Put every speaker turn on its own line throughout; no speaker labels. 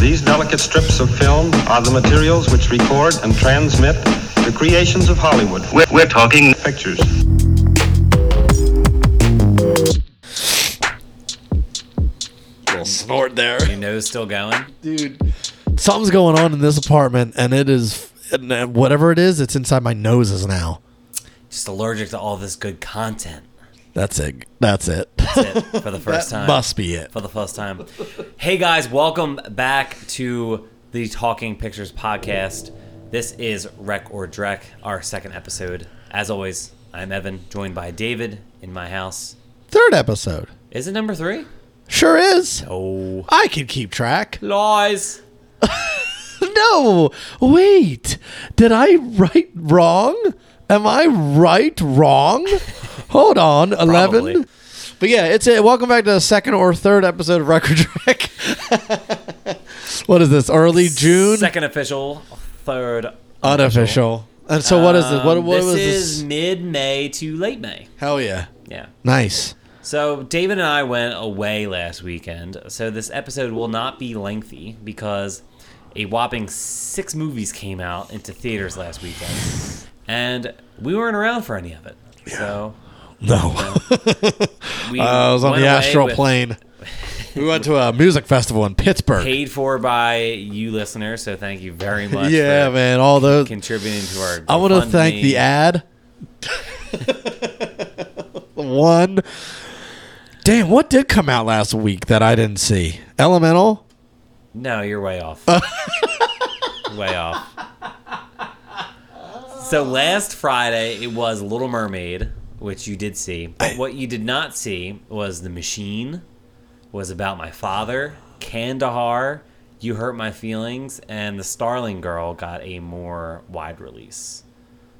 These delicate strips of film are the materials which record and transmit the creations of Hollywood.
We're, we're talking
Pictures.
little snort there.
Your nose still going?
Dude.
Something's going on in this apartment, and it is and uh, whatever it is. It's inside my noses now.
Just allergic to all this good content.
That's it. That's it.
That's it for the first time.
Must be it.
for the first time. Hey guys, welcome back to the Talking Pictures podcast. This is Rec or Drek, our second episode. As always, I'm Evan, joined by David in my house.
Third episode.
Is it number three?
Sure is.
Oh,
I can keep track.
lies.
No, wait. Did I write wrong? Am I right wrong? Hold on,
Probably.
eleven. But yeah, it's it. Welcome back to the second or third episode of Record Track. what is this? Early June,
Second official, third
unofficial. And so, what is this? What,
Um,
what
this
was
is
this?
mid May to late May.
Hell yeah,
Yeah.
nice.
So David and I went away last weekend. So this episode will not be lengthy because a whopping six movies came out into theaters last weekend, and we weren't around for any of it. So
No,
we
Uh, I was on
went
the
away
astral
with-
plane. We went to a music festival in Pittsburgh.
paid for by you listeners. So thank you very much.
yeah,
for
man, all those.
Contributing to our.
I want to thank
GoFundMe.
the ad. One. Damn, what did come out last week that I didn't see? Elemental?
No, you're way off. way off. So last Friday it was Little Mermaid, which you did see. But what you did not see was The Machine, was about my father, Kandahar, You Hurt My Feelings, and The Starling Girl got a more wide release.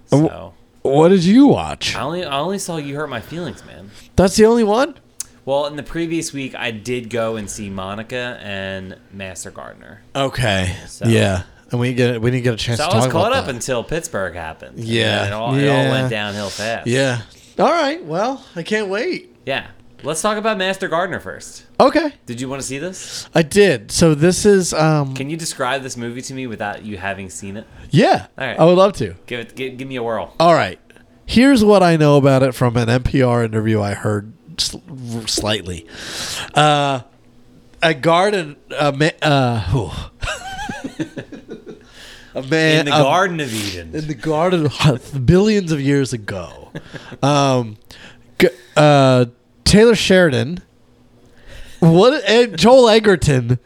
So
What did you watch?
I only I only saw You Hurt My Feelings, man.
That's the only one?
Well, in the previous week I did go and see Monica and Master Gardener.
Okay. Yeah. And we didn't get we didn't get a chance
So
to
I was
talk
caught
about
up
that.
until Pittsburgh happened. And
Yeah.
then It all, it all
Yeah.
went downhill fast.
Yeah. All right. Well, I can't wait.
Yeah. Let's talk about Master Gardener first.
Okay.
Did you want to see this?
I did. So this is um
Can you describe this movie to me without you having seen it?
yeah.
All right.
I would love to.
Give it. Give, give me a whirl.
All right. Here's what I know about it from an NPR interview I heard sl- slightly. Uh, a garden, a ma- uh, whew. a man
In the
a-
Garden of Eden.
in the garden billions of years ago. Um, g- uh, Taylor Sheridan, what and Joel Egerton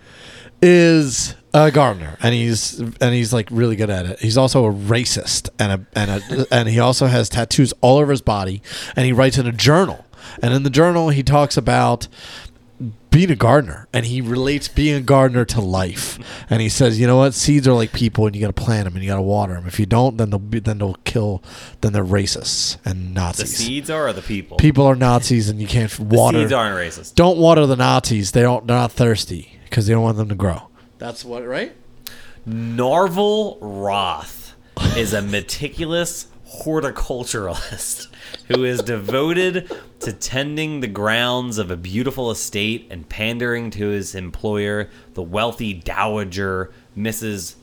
is a gardener, and he's and he's like really good at it. He's also a racist, and a and a, and he also has tattoos all over his body, and he writes in a journal. And in the journal, he talks about being a gardener and he relates being a gardener to life and he says you know what seeds are like people and you got to plant them and you got to water them if you don't then they'll be then they'll kill then they're racists and
The
nazis
seeds are or the people.
people are nazis and you can't water
Seeds aren't racist.
don't water the nazis they don't they're not thirsty because they don't want them to grow that's what right
Norval Roth is a meticulous horticulturalist who is devoted to tending the grounds of a beautiful estate and pandering to his employer, the wealthy dowager Mrs.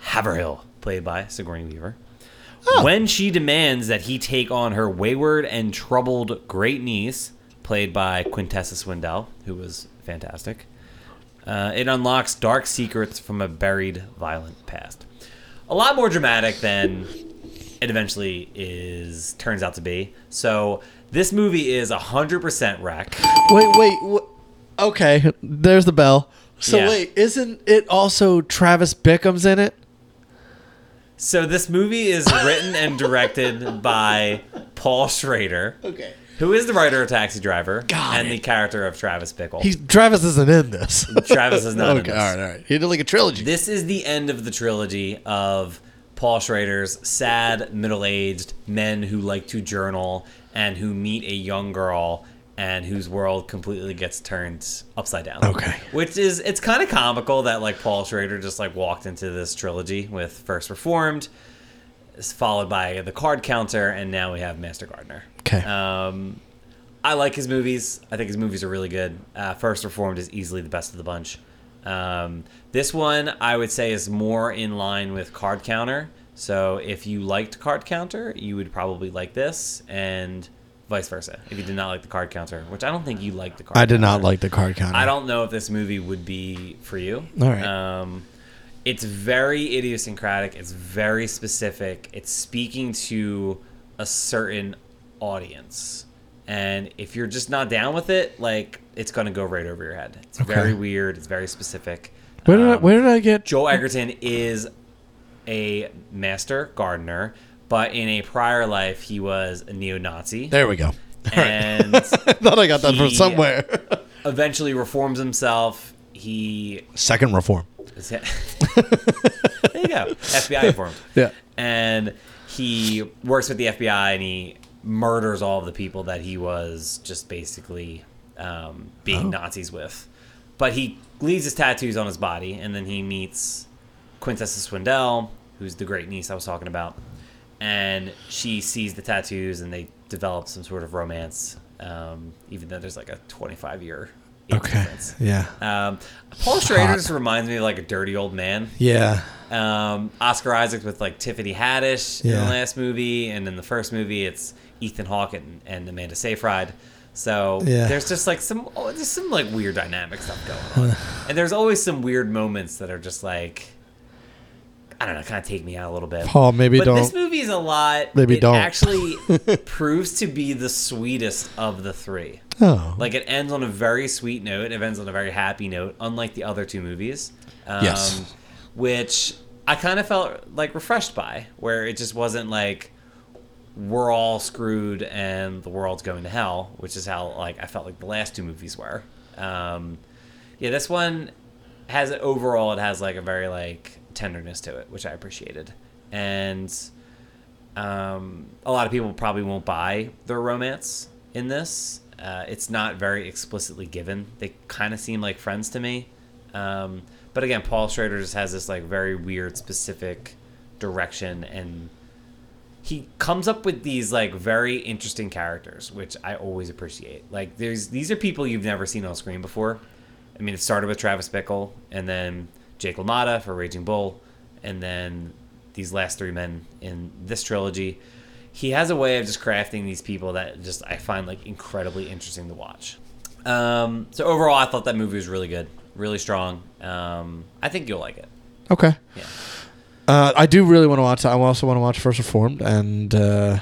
Haverhill, played by Sigourney Weaver. When she demands that he take on her wayward and troubled great niece, played by Quintessa Swindell, who was fantastic, uh, it unlocks dark secrets from a buried, violent past. A lot more dramatic than it eventually is turns out to be. So this movie is hundred percent wreck.
wait wait wh- okay there's the bell so
Yeah.
wait isn't it also travis bickham's in it
So this movie is written and directed by Paul Schrader,
okay
who is the writer of Taxi Driver
Got
and
it.
the character of Travis Bickle.
he's travis isn't in this
Travis is not. in
okay
this.
all right all right he did like a trilogy
This is the end of the trilogy of Paul Schrader's sad, middle aged men who like to journal and who meet a young girl and whose world completely gets turned upside down.
Okay.
Which is, it's kind of comical that like Paul Schrader just like walked into this trilogy with First Reformed, s- followed by The Card Counter, and now we have Master Gardener.
Okay.
Um, I like his movies. I think his movies are really good. Uh, First Reformed is easily the best of the bunch. Um, this one I would say is more in line with Card Counter. So if you liked Card Counter, you would probably like this, and vice versa. If you did not like the Card Counter, which I don't think you liked the Card.
I did not
Counter.
like the card counter.
I don't know if this movie would be for you.
All right.
Um, it's very idiosyncratic. It's very specific. It's speaking to a certain audience, and if you're just not down with it, like it's gonna go right over your head. It's very weird. It's very specific.
Where did I,
Um,
where did I get?
Joel Egerton is a master gardener, but in a prior life, he was a neo-Nazi,
There we go.
and
I thought I got that from
He-
somewhere.
eventually reforms himself. He
Second reform.
Is that- there you go. FBI informed.
Yeah.
And he works with the FBI and he murders all of the people that he was just basically um,
Oh.
being Nazis with. But he leaves his tattoos on his body and then he meets Quintessa Swindell, who's the great niece I was talking about. And she sees the tattoos and they develop some sort of romance, um, even though there's like a 25 year age
Okay.
difference.
Yeah.
Um, Paul Schrader just reminds me of like a dirty old man.
Yeah.
Um, Oscar Isaac with like Tiffany Haddish in
Yeah.
the last movie, and in the first movie, it's Ethan Hawke and, and Amanda Seyfried. So
Yeah.
there's just like some oh, there's some like weird dynamic stuff going on, and there's always some weird moments that are just like I don't know, kind of take me out a little bit.
Paul, maybe
but This
don't-
movie is a lot.
maybe
it
don't.
Actually, proves to be the sweetest of the three.
Oh.
Like it ends on a very sweet note. It ends on a very happy note, unlike the other two movies. Um,
Yes.
Which I kind of felt like refreshed by, where it just wasn't like we're all screwed and the world's going to hell, which is how like I felt like the last two movies were. Um, yeah, this one has overall it has like a very like tenderness to it, which I appreciated, and um, a lot of people probably won't buy their romance in this. Uh, it's not very explicitly given. They kind of seem like friends to me. Um, but again, Paul Schrader just has this like very weird, specific direction, and he comes up with these like very interesting characters, which I always appreciate. Like there's these are people you've never seen on screen before. I mean, it started with Travis Bickle, and then Jake LaMotta for Raging Bull, and then these last three men in this trilogy. He has a way of just crafting these people that just I find like incredibly interesting to watch. Um, so overall, I thought that movie was really good, really strong. Um, I think you'll like it.
Okay.
Yeah.
Uh, I do really want to watch. I also want to watch First Reformed, and uh,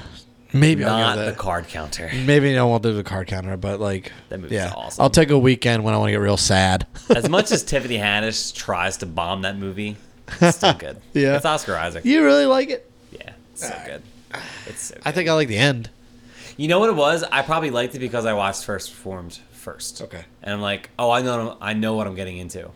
maybe I'll
Not
give
the
that.
card counter.
maybe I won't do the card counter, but like,
That movie's
yeah,
awesome.
I'll take a weekend when I want to get real sad.
As much as Tiffany Haddish tries to bomb that movie, it's still good.
Yeah.
It's Oscar Isaac.
you really like it?
Yeah. It's so good. It's so good.
I think I like the end.
You know what it was? I probably liked it because I watched First Reformed first.
Okay.
And I'm like, oh, I know, I know what I'm getting into.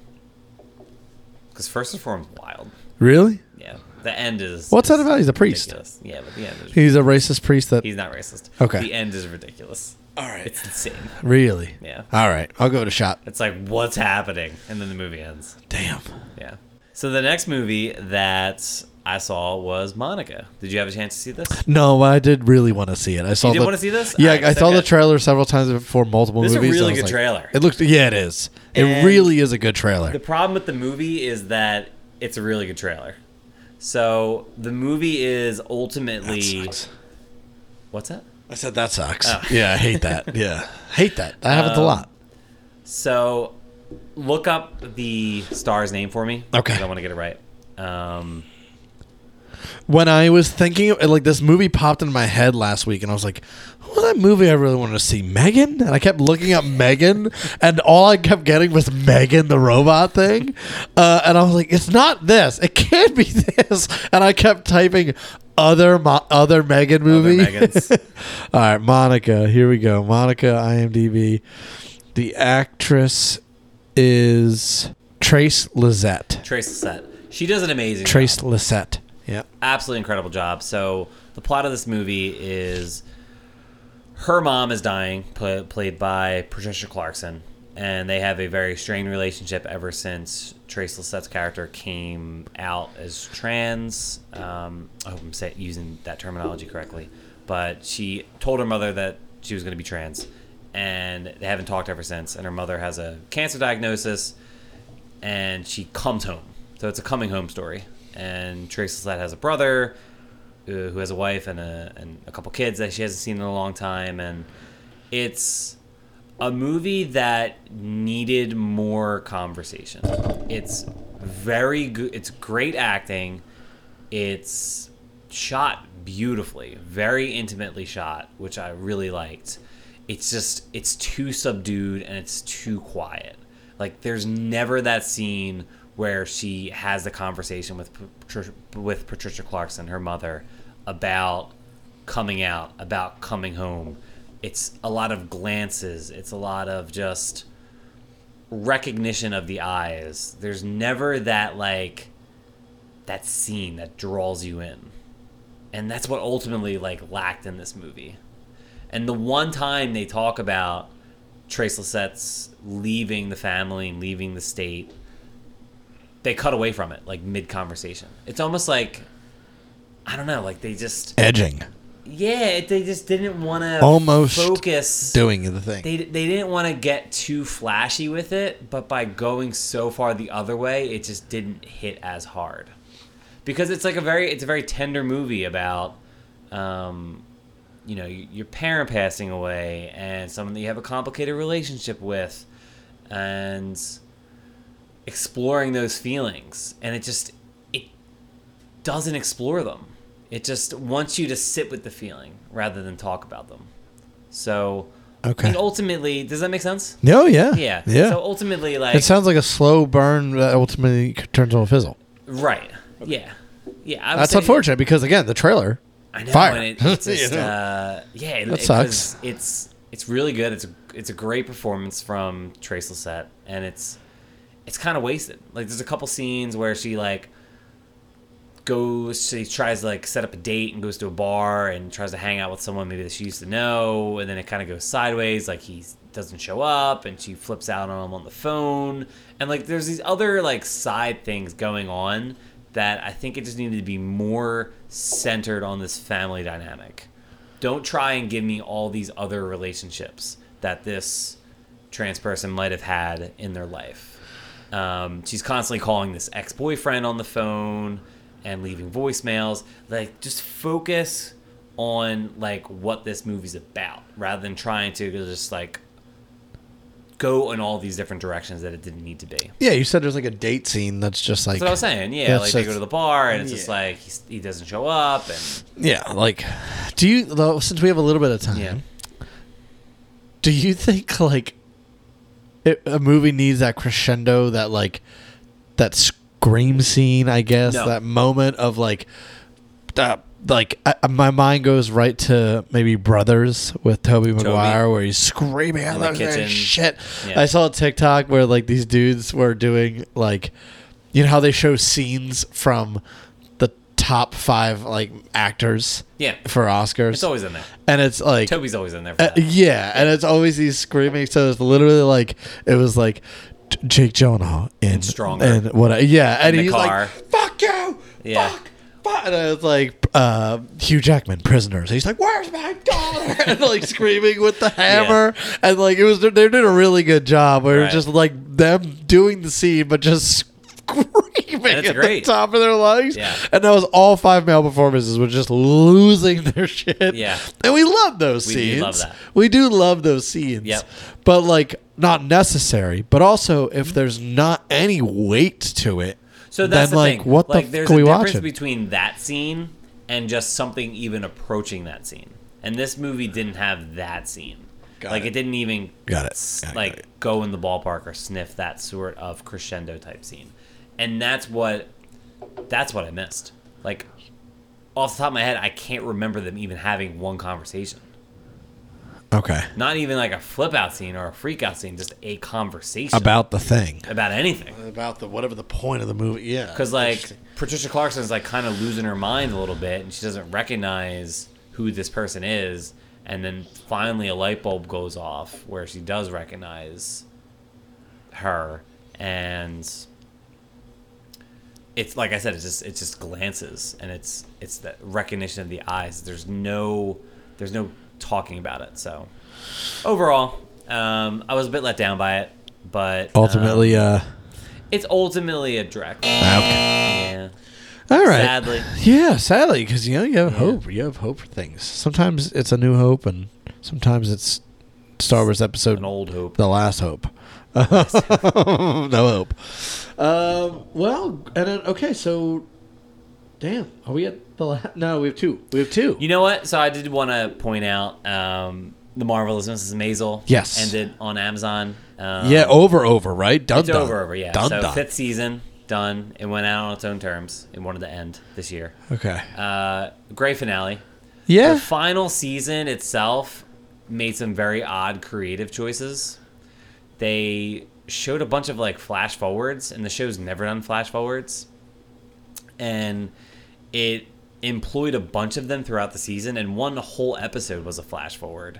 Because First Reformed's wild.
Really?
Yeah. The end is.
What's that
is
about? He's a priest.
ridiculous. Yeah, but the end is.
He's a racist priest that.
He's not racist.
Okay.
The end is ridiculous.
all right.
It's insane.
Really?
Yeah.
All right. I'll give it a shot.
It's like, what's happening? And then the movie ends.
Damn.
Yeah. So the next movie that I saw was Monica. Did you have a chance to see this?
No, I did really want to see it. I saw.
did
the,
wanna see this?
Yeah,
Alright,
I saw
okay.
the trailer several times before multiple
This is a
movies. and I
really
was
good
like-
trailer.
It looks. Yeah, it is. it
And-
really is a good trailer.
The problem with the movie is that it's a really good trailer. So the movie is
That
ultimately
sucks.
what's that?
I said that sucks. Yeah, I hate that. Yeah, hate that. That happens a lot.
So look up the star's name for me.
Okay.
'cause I want to get it right. Um,
When I was thinking, like this movie popped into my head last week, and I was like, "What's that movie I really wanted to see?" Megan, and I kept looking up Megan, and all I kept getting was Megan the robot thing, uh, and I was like, "It's not this. It can't be this." And I kept typing other Mo- other Megan movie.
Megans.
all right, Monica. Here we go. Monica, IMDb. The actress is Trace Lizette.
Trace Lissette. She does an amazing job.
Trace Lissette. Yeah.
absolutely incredible job. So the plot of this movie is her mom is dying, pla played by Patricia Clarkson, and they have a very strained relationship ever since Trace Lissette's character came out as trans. Um, I hope I'm say, using that terminology correctly, but she told her mother that she was going to be trans, and they haven't talked ever since. And her mother has a cancer diagnosis and she comes home. So it's a coming home story. And Tracy Slad has a brother uh, who has a wife and a and a couple kids that she hasn't seen in a long time, and it's a movie that needed more conversation. It's very good. It's great acting. It's shot beautifully, very intimately shot, which I really liked. It's just it's too subdued and it's too quiet. Like there's never that scene where she has the conversation with Patricia, with Patricia Clarkson, her mother, about coming out, about coming home. It's a lot of glances. It's a lot of just recognition of the eyes. There's never that like that scene that draws you in. And that's what ultimately like lacked in this movie. And the one time they talk about Trace Lissette's leaving the family and leaving the state, they cut away from it like mid conversation. It's almost like I don't know, like they just
Edging.
yeah, it- they just didn't want to
Almost
focus.
Doing the thing.
They they didn't want to get too flashy with it, but by going so far the other way, it just didn't hit as hard. Because it's like a very it's a very tender movie about um you know, y- your parent passing away and someone that you have a complicated relationship with and exploring those feelings and it just it doesn't explore them. It just wants you to sit with the feeling rather than talk about them. So
Okay.
and ultimately, does that make sense?
no, yeah.
Yeah.
Yeah.
So ultimately, like
it sounds like a slow burn that ultimately turns into a fizzle.
right. Yeah. Yeah. I would
That's
say-
unfortunate because, again, the trailer.
I know.
Fire.
And it, it's just,
You know?
uh, yeah. It,
That
it-
sucks.
'cause It's it's really good. It's a, it's a great performance from Trace Lissette, and it's it's kind of wasted. Like there's a couple scenes where she like goes she tries to like set up a date and goes to a bar and tries to hang out with someone maybe that she used to know and then it kind of goes sideways like he doesn't show up and she flips out on him on the phone and like there's these other like side things going on that i think it just needed to be more centered on this family dynamic don't try and give me all these other relationships that this trans person might have had in their life. Um, she's constantly calling this ex boyfriend on the phone and leaving voicemails. Like, just focus on like what this movie's about rather than trying to just like go in all these different directions that it didn't need to be. That's
Yeah, you said there's like a date scene that's just like.
what I was saying. Yeah,
That's
like they
just-
go to the bar and it's just like he, he doesn't show up and
Yeah, like, do you, though, since we have a little bit of time,
yeah.
do you think, like, it, a movie needs that crescendo, that, like, that scream scene, I guess,
No.
that moment of, like, uh, like I, my mind goes right to maybe Brothers with Toby Maguire, where he's screaming out
the
like
kitchen.
shit.
Yeah.
I saw a TikTok where like these dudes were doing like, you know how they show scenes from the top five like actors
Yeah.
for Oscars,
It's always in there.
and it's like
Toby's always in there for
uh,
that.
yeah, and it's always these screaming. So it's literally like it was like J- Jake Gyllenhaal in and
Stronger.
and what? Yeah, and
the
he's
car.
like, "Fuck you,
Yeah.
fuck." fuck," And I was like, uh, Hugh Jackman, prisoners. He's like, "Where's my dollar?" and like screaming with the hammer, and like it was. They did a really good job. Where it
Right.
was just like them doing the scene, but just screaming
it's
at
great.
the top of their lungs.
Yeah.
And that was all five male performances were just losing their shit.
Yeah.
and we love those
We
scenes.
do love that.
We do love those scenes.
Yep.
But like not necessary. But also if there's not any weight to it,
So that's
then
the
like
thing.
what
like,
the
there's
fuck are
a
we
difference
watching?
between that scene and just something even approaching that scene. And this movie didn't have that scene.
Got
like
it.
it. didn't even
Got it.
s-
Got it,
like
got it.
go in the ballpark or sniff that sort of crescendo type scene. And that's what that's what I missed. Like off the top of my head, I can't remember them even having one conversation.
okay.
Not even like a flip out scene or a freak out scene, just a conversation
About the thing.
about anything.
About the whatever the point of the movie. Yeah.
because like Patricia Clarkson's like kind of losing her mind a little bit, and she doesn't recognize who this person is, and then finally a light bulb goes off where she does recognize her, and it's like I said, it's just it's just glances, and it's it's the recognition of the eyes. There's no there's no talking about it. So overall, um, I was a bit let down by it, but um,
ultimately uh
It's ultimately a Drek.
Okay.
Yeah.
All right.
Sadly.
Yeah, sadly, because you know you have hope. You have hope for things. Sometimes it's a new hope, and sometimes it's Star Wars episode
An old hope.
the last hope. no hope. Um, well, and then, okay, so damn, are we at the last? No, we have two. We have two.
You know what? So I did want to point out um, the marvelous Mrs. Maisel.
Yes.
ended on Amazon. Um,
yeah, over, over, right? Done,
it's
done.
over, over. Yeah,
done,
so
done.
fifth season done. It went out on its own terms. It wanted to end this year.
Okay.
Uh, great finale. The
yeah.
final season itself made some very odd creative choices. They showed a bunch of like flash forwards, and the show's never done flash forwards. And it employed a bunch of them throughout the season, and one whole episode was a flash forward.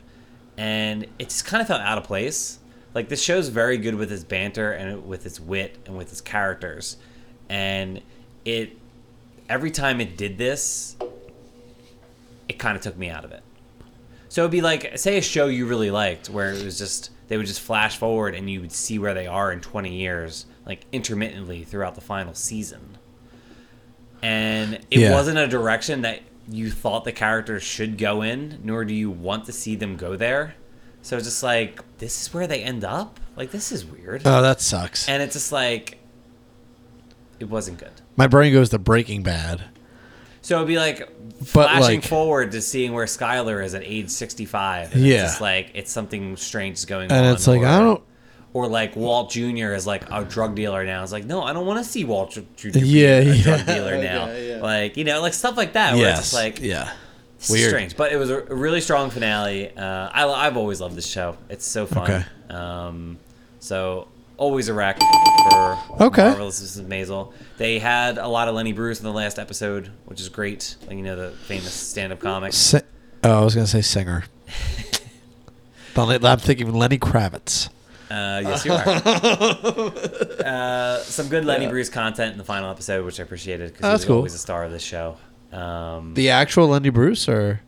And it just kind of felt out of place. Like, this show's very good with its banter and with its wit and with its characters. And it, every time it did this, it kind of took me out of it. So it'd be like, say, a show you really liked where it was just, they would just flash forward and you would see where they are in 20 years, like intermittently throughout the final season. And it
Yeah.
wasn't a direction that you thought the characters should go in, nor do you want to see them go there. So it's just like, this is where they end up? Like, this is weird.
Oh, that sucks.
and it's just like, it wasn't good.
My brain goes to Breaking Bad.
So it'd be like
But,
flashing
like-
forward to seeing where Skylar is at age sixty-five. And
Yeah.
it's just like it's something strange is going on.
And it's like,
or,
I don't-
Or like Walt Jr. is like a drug dealer now. It's like, no, I don't want to see Walt Jr. be
Yeah,
a
yeah.
drug dealer now.
Yeah, yeah.
Like you know, like stuff like that. Where it's just like
yeah.
this is strange, but it was a really strong finale. Uh, I, I've always loved this show. It's so fun. Um, so always a rack for
Okay.
Marvelous Mrs. Maisel. They had a lot of Lenny Bruce in the last episode, which is great. Like, you know, the famous stand-up comic.
Si- oh, I was gonna say singer. But I'm thinking Lenny Kravitz.
Uh, yes, you are. uh, some good Lenny Bruce content in the final episode, which I appreciated because
Oh,
he
that's
was
cool.
always a star of this show. Um,
The actual Lenny Bruce or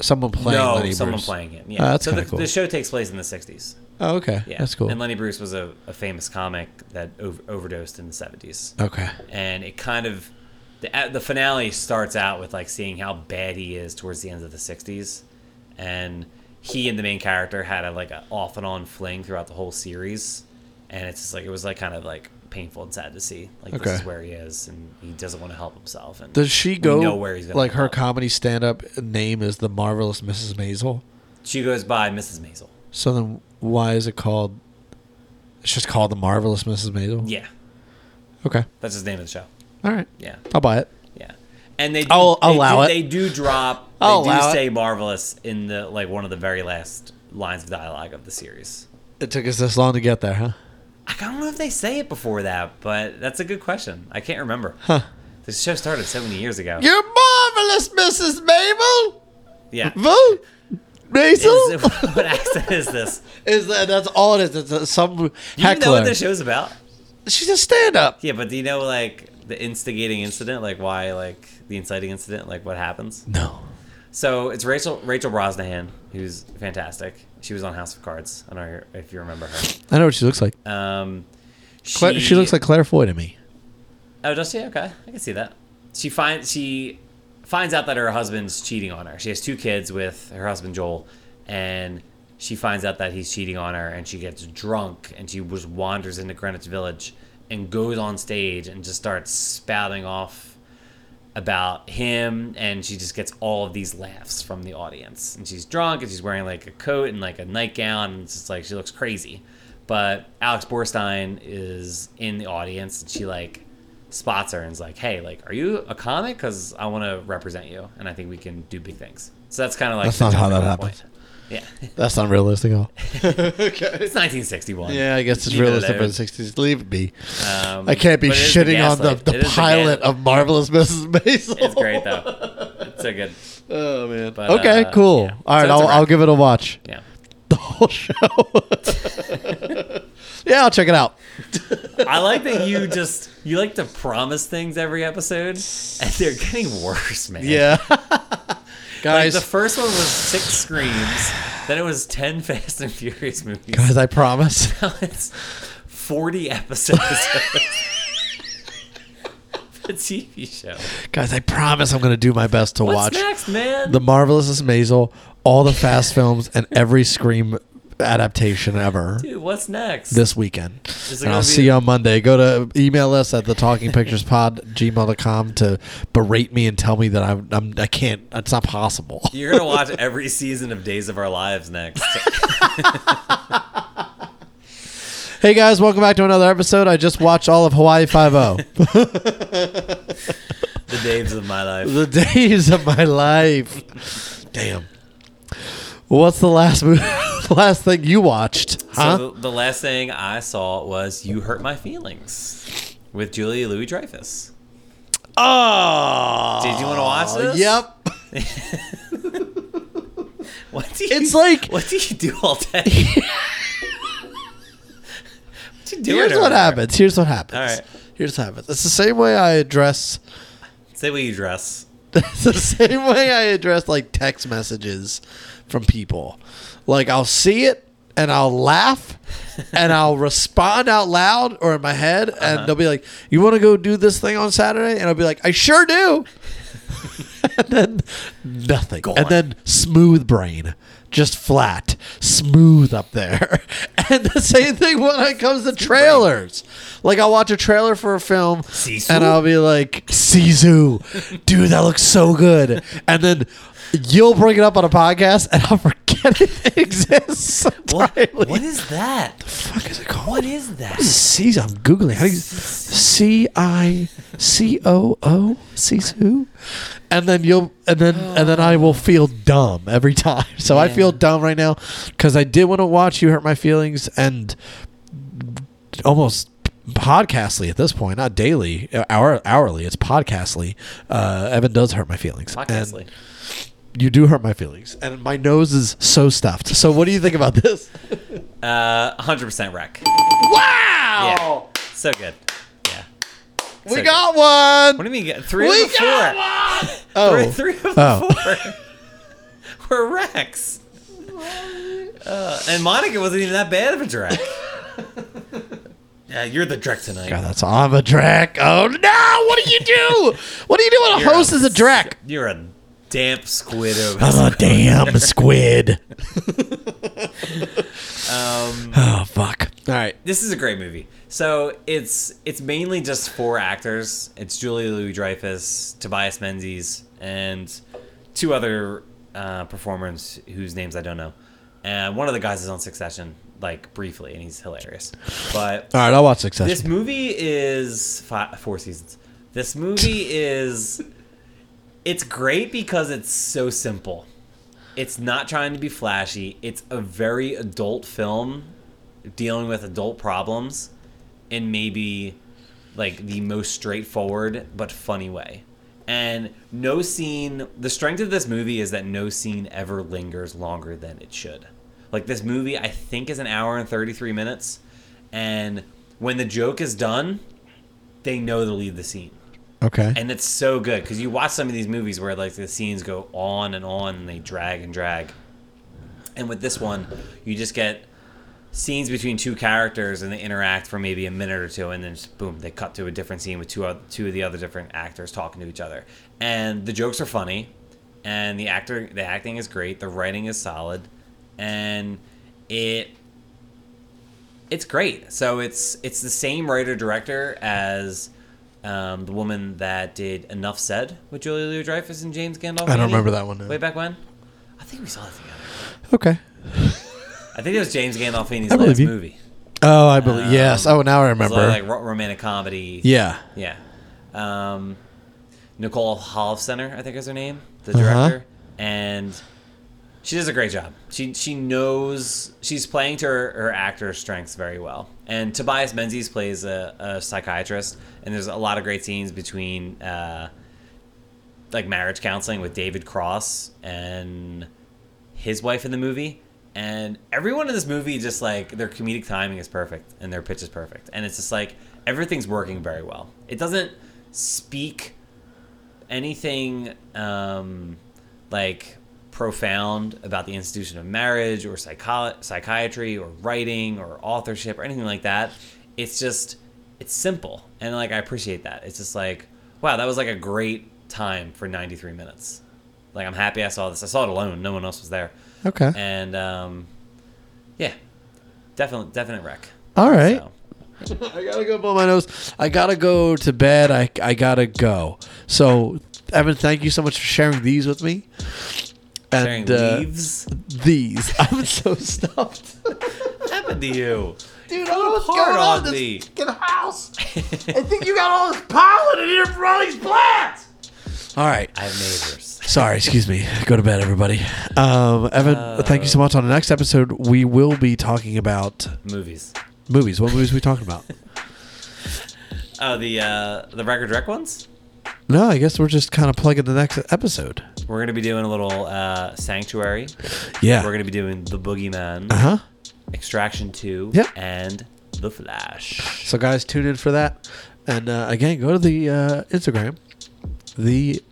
someone playing
no,
Lenny
someone
Bruce?
playing him. Yeah,
Oh, that's
so the,
kinda cool.
the show takes place in the '60s.
Oh, okay.
Yeah,
That's cool.
And Lenny Bruce was a, a famous comic that ov- overdosed in the seventies,
okay.
and it kind of the at- the finale starts out with like seeing how bad he is towards the end of the sixties, and he and the main character had a like a off and on fling throughout the whole series, and it's just like it was like kind of like painful and sad to see like
Okay.
this is where he is and he doesn't want to help himself and
Does she
we
go
know where he's gonna
like her
end up.
comedy stand up name is the marvelous Mrs. Maisel?
she goes by Mrs Maisel
So then why is it called it's just called the marvelous Mrs. Maisel?
yeah
Okay.
that's his name of the show
All right.
yeah
I'll buy it.
Yeah, and they do,
I'll- I'll
they
allow
do,
it.
They do drop. They
I'll
do
allow it.
say marvelous in the like one of the very last lines of dialogue of the series.
It took us this long to get there, huh?
I don't know if they say it before that, but that's a good question. I can't remember.
Huh.
This show started so many years ago.
You're marvelous, Mrs. Maisel.
Yeah.
Vo- Maisel?
Is- what accent is this?
Is that that's all it is? It's uh, some
Do you know
heckler.
what the show's about?
She's a stand-up.
Yeah, but do you know like the instigating incident, like why, like the inciting incident, like what happens?
No.
So it's Rachel Rachel Brosnahan, who's fantastic. She was on House of Cards. I don't know if you remember her.
I know what she looks like.
Um,
Cla- she, looks like Claire Foy to me.
Oh, does she? Okay, I can see that. She finds she finds out that her husband's cheating on her. She has two kids with her husband Joel, and she finds out that he's cheating on her, and she gets drunk, and she just wanders into Greenwich Village and goes on stage and just starts spouting off about him and she just gets all of these laughs from the audience and she's drunk and she's wearing like a coat and like a nightgown and it's just like she looks crazy but alex borstein is in the audience and she like spots her and is like hey like are you a comic because i want to represent you and i think we can do big things so that's kind of like
That's
the
not how
jumping
that
off point.
happens.
yeah
That's not realistic at all.
it's 1961
Yeah, I guess it's
Leave it
realistic for
alone.
the '60s. Leave it be.
Um,
I can't be
but it is
shitting on the,
gaslight.
the
It is
pilot
gas-
of Marvelous Mrs. Maisel.
it's great though it's so good
Oh man.
But,
okay,
uh,
cool.
yeah.
All right,
So it's a
I'll,
wrap.
I'll give it a watch.
yeah
The whole show. yeah, I'll check it out.
I like that you just you like to promise things every episode, and they're getting worse, man.
Yeah.
Like
guys,
the first one was six screams, then it was ten Fast and Furious movies.
guys, I promise.
Now it's 40 episodes of a TV show.
Guys, I promise I'm going to do my best to
What's
watch
next, man?
The Marvelous Maisel, all the Fast films, and every Scream adaptation ever.
Dude, what's next?
This weekend.
Is it
And I'll
gonna
see
be-
you on Monday. Go to email us at the talking pictures pod gmail.com to berate me and tell me that I'm, I'm I can't it's not possible.
You're gonna watch every season of Days of Our Lives next.
Hey guys, welcome back to another episode. I just watched all of Hawaii Five oh. O.
the days of my life.
the days of my life. Damn. What's the last movie, last thing you watched? Huh?
So the, the last thing I saw was "You Hurt My Feelings" with Julia Louis Dreyfus.
oh.
Did you want to watch this?
Yep.
What do you,
It's like
what do you do all day? what you doing?
here's
over
what
there?
happens. Here's what happens.
All right.
Here's what happens. It's the same way I address.
Say what you dress.
It's the same way I address like text messages from people. Like I'll see it and I'll laugh and I'll respond out loud or in my head and they'll be like, "You want to go do this thing on Saturday?" And I'll be like, "I sure do." and then nothing.
Gone.
And then smooth brain. Just flat, smooth up there. And the same thing when it comes to trailers. Like I'll watch a trailer for a film
Sisu?
and I'll be like, Sisu, dude, that looks so good. And then you'll bring it up on a podcast and I'll forget it exists.
What?
entirely.
What is that?
fuck is it called?
What is that?
C's. I'm googling. How do you C I C O O Sisu? And then you'll and then and then I will feel dumb every time. So I feel dumb right now because I did want to watch you hurt my feelings and almost podcastly at this point, not daily, hour hourly. It's podcastly. Uh, Evan does hurt my feelings. And
Podcastly.
you do hurt my feelings, and my nose is so stuffed. So what do you think about this?
Uh, 100% wreck.
Wow,
So good. Yeah.
Oh. we
So
got one.
What do you mean? you got- Three
We
of the four.
got
We're
Oh,
three of
Oh.
four. We're Rex. Uh, and Monica wasn't even that bad of a Drek. yeah, you're the Drek tonight.
God, that's I'm a Drac. Oh no! What do you do? what do you do when a
You're
host is a Drac?
You're a damp squid of
I'm a damn squid.
um
Oh fuck! All right.
This is a great movie. So it's it's mainly just four actors. It's Julia Louis Dreyfus, Tobias Menzies, and two other uh, performers whose names I don't know. And one of the guys is on Succession, like briefly, and he's hilarious. But
All right. I'll watch Succession.
This movie is fi four seasons. This movie is it's great because it's so simple. It's not trying to be flashy. It's a very adult film dealing with adult problems in maybe like the most straightforward but funny way. And no scene, the strength of this movie is that no scene ever lingers longer than it should. Like this movie, I think, is an hour and 33 minutes. And when the joke is done, they know to leave the scene.
okay.
And it's so good because you watch some of these movies where like the scenes go on and on and they drag and drag. And with this one, you just get scenes between two characters and they interact for maybe a minute or two and then just boom, they cut to a different scene with two other, two of the other different actors talking to each other. And the jokes are funny and the actor the acting is great, the writing is solid and it it's great. So it's it's the same writer director as um, the woman that did Enough Said with Julia Louis Dreyfus and James Gandolfini.
I don't remember that one, no.
Way back when, I think we saw it together.
okay.
I think it was James Gandolfini's
I believe
last
you.
movie.
Oh, I believe. yes. Oh, now I
um, It's
remember.
a lot of, like ro- romantic comedy.
yeah.
yeah. Um, Nicole Center, I think is her name, the
Uh-huh.
director, and she does a great job. She she knows she's playing to her, her actor strengths very well. And Tobias Menzies plays a, a psychiatrist, and there's a lot of great scenes between. Uh, like marriage counseling with David Cross and his wife in the movie. And everyone in this movie just like their comedic timing is perfect and their pitch is perfect. And it's just like everything's working very well. It doesn't speak anything um, like profound about the institution of marriage or psycho- psychiatry or writing or authorship or anything like that. it's just it's simple and like I appreciate that. It's just like wow, that was like a great time for 93 minutes. Like I'm happy I saw this. I saw it alone. No one else was there.
Okay.
And um, yeah, definite definite wreck.
All right.
So,
I gotta go blow my nose. I gotta go to bed. I, I gotta go. So, Evan, thank you so much for sharing these with me.
sharing
And uh,
leaves.
these. I'm so stuffed.
What happened to you?
Dude, I don't know what's
hard
going on
on
in this
me.
fucking house. I think you got all this pollen in here from all these plants. All right.
I have neighbors.
Sorry, excuse me. Go to bed, everybody. Um, Evan, thank you so much. On the next episode, we will be talking about
Movies.
movies. What movies are we talking about?
Oh, the uh, the record rec ones.
No, I guess we're just kind of plugging the next episode.
We're gonna be doing a little uh, sanctuary.
Yeah.
We're gonna be doing the Boogeyman,
Uh huh.
Extraction Two,
Yep.
and the Flash.
So, guys, tune in for that. And uh, again, go to the uh, Instagram, the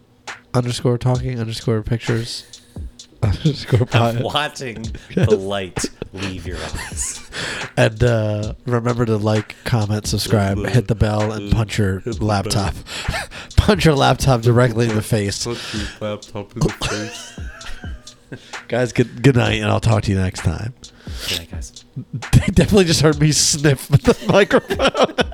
underscore talking underscore pictures underscore
I'm
pod.
watching the light leave your eyes.
And uh, remember to like, comment, subscribe, hit the bell, and punch your laptop. punch your laptop directly in the face.
Laptop in the face.
Guys, good, good night, and I'll talk to you next time.
Good night, guys.
They definitely just heard me sniff with the microphone.